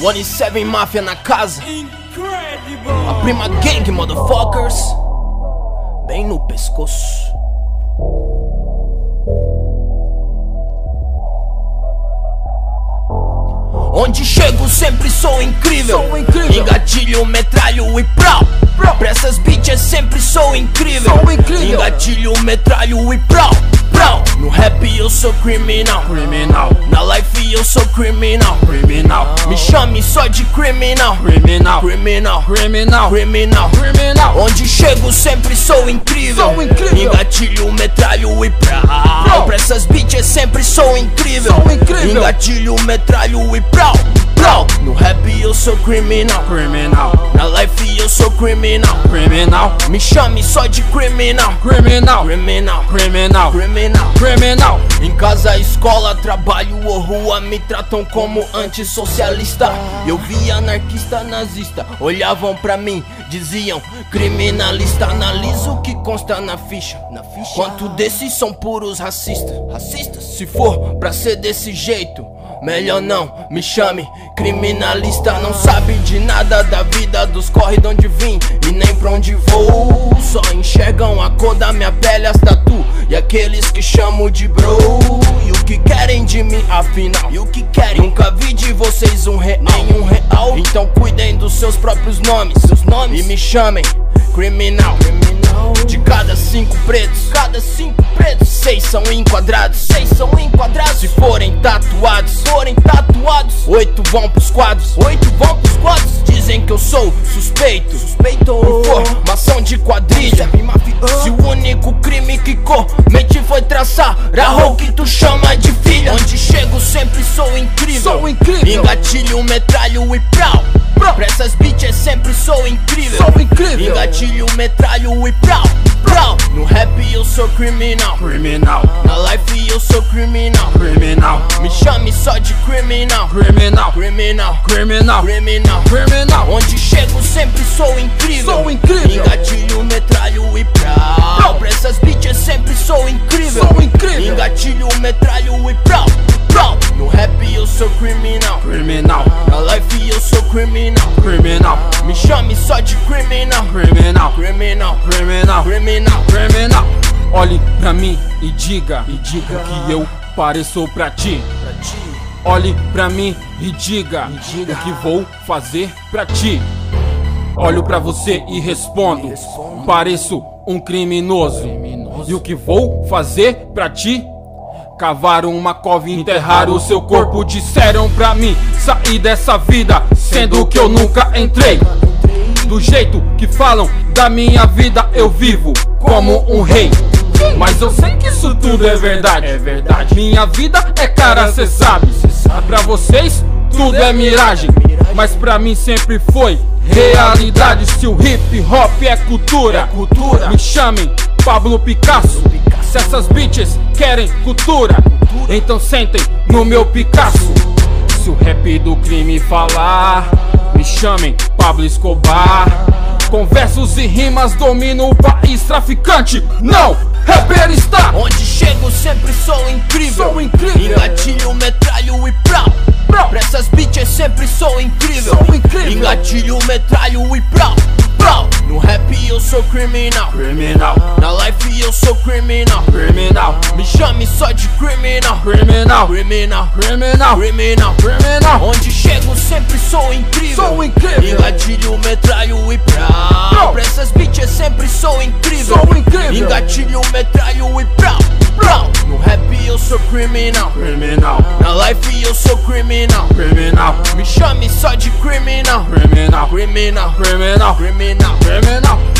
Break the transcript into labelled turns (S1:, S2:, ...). S1: One Seven Mafia na casa.
S2: Incredible!
S1: A prima gang, motherfuckers. Bem no pescoço. Onde chego sempre sou incrível.
S2: Sou incrível.
S1: Engatilho, metralho e prau. Pra essas bitches sempre sou incrível.
S2: Sou incrível.
S1: Engatilho, metralho e prau. prau. No rap eu sou criminal. criminal. Na life eu sou criminal. criminal. Me chame só de criminal. Criminal. Criminal. Criminal. Criminal.
S2: Criminal.
S1: Onde chego sempre sou incrível.
S2: Sou incrível.
S1: Engatilho, metralho e prau.
S2: Prau.
S1: Pra essas bitches sempre sou incrível.
S2: Sou incrível.
S1: Engatilho, metralho e prau, prau. No rap eu sou criminal.
S2: Criminal.
S1: Na life eu sou criminal.
S2: Criminal.
S1: Me chame só de criminal.
S2: Criminal.
S1: Criminal,
S2: Criminal.
S1: criminal.
S2: Criminal.
S1: Em casa, escola, trabalho ou rua me tratam como antissocialista. Eu vi anarquista nazista, olhavam pra mim, diziam criminalista. Analiso o que consta na ficha. Na ficha. Quanto desses são puros racistas? Racistas? Se for pra ser desse jeito. Melhor não, me chame criminalista. Não sabe de nada da vida dos corre de onde vim e nem pra onde vou. Só enxergam a cor da minha pele, as tatu e aqueles que chamo de bro. E o que querem de mim, afinal? E o que querem? Nunca vi de vocês um real, nenhum real. Então cuidem dos seus próprios nomes, seus nomes. E me chamem criminal. De cada cinco pretos, cada cinco pretos, seis são enquadrados, seis são enquadrados. Se forem tatuados, se forem tatuados, oito vão pros quadros, oito vão pros quadros. Dizem que eu sou suspeito, suspeito por formação de quadrilha. Se o único crime que cometi foi traçar a que tu chama de filha. Onde chego sempre sou incrível,
S2: Sou incrível.
S1: Engatilho, metralho e prau. Pra essas bitches sempre sou incrível,
S2: Sou incrível.
S1: Engatilho, metralho e prau, prau. No rap eu sou criminal,
S2: Criminal.
S1: na life eu sou criminal.
S2: Criminal.
S1: Me chame só de criminal,
S2: Criminal.
S1: criminal,
S2: Criminal.
S1: criminal.
S2: Criminal.
S1: Onde chego sempre sou incrível.
S2: Sou incrível.
S1: Engatilho, metralho e prau.
S2: Prau.
S1: Pra essas bitches sempre sou incrível.
S2: Sou incrível.
S1: Engatilho, metralho e prau. Prau. No rap eu sou criminal.
S2: Criminal.
S1: Na life eu sou criminal.
S2: Criminal.
S1: Me chame só de criminal.
S2: Criminal.
S1: Criminal.
S2: Criminal.
S1: Criminal.
S2: Criminal. Olhe pra mim e diga, e diga que eu pareço pra ti. Olhe pra mim e diga, o que vou fazer pra ti. Olho pra você e respondo, pareço um criminoso. E o que vou fazer pra ti? Cavaram uma cova e enterraram o seu corpo. Disseram pra mim sair dessa vida, sendo que eu nunca entrei. Do jeito que falam da minha vida, eu vivo como um rei. Mas eu sei que isso tudo é verdade. É verdade. Minha vida é cara, cê sabe. Pra vocês, tudo é miragem. Mas pra mim sempre foi realidade. Se o hip hop é cultura, cultura. me chamem Pablo Picasso. Se essas bitches querem cultura, então sentem no meu Picasso. Se o rap do crime falar, me chamem Pablo Escobar. Com versos e rimas domino o país traficante. Não, rapper está.
S1: Onde chego sempre sou incrível.
S2: Sou incrível.
S1: Engatilho, metralho e prau.
S2: Prau.
S1: Pra essas bitches sempre sou incrível.
S2: Sou incrível.
S1: Engatilho, metralho e prau. Prau. No rap eu sou criminal.
S2: Criminal,
S1: Na life eu sou criminal.
S2: criminal,
S1: Me chame só de criminal.
S2: criminal,
S1: Criminal.
S2: criminal,
S1: Criminal.
S2: criminal.
S1: Onde chego sempre sou incrível.
S2: Sou incrível.
S1: Engatilho, metralho e prau.
S2: Prau.
S1: Pra essas bitches sempre sou incrível.
S2: Sou incrível.
S1: Engatilho, metralho e prau. Prau. No rap eu sou criminal.
S2: Criminal,
S1: Na life eu sou criminal.
S2: criminal,
S1: Me chame só de criminal. Criminal.
S2: criminal, criminal,
S1: Criminal.
S2: criminal.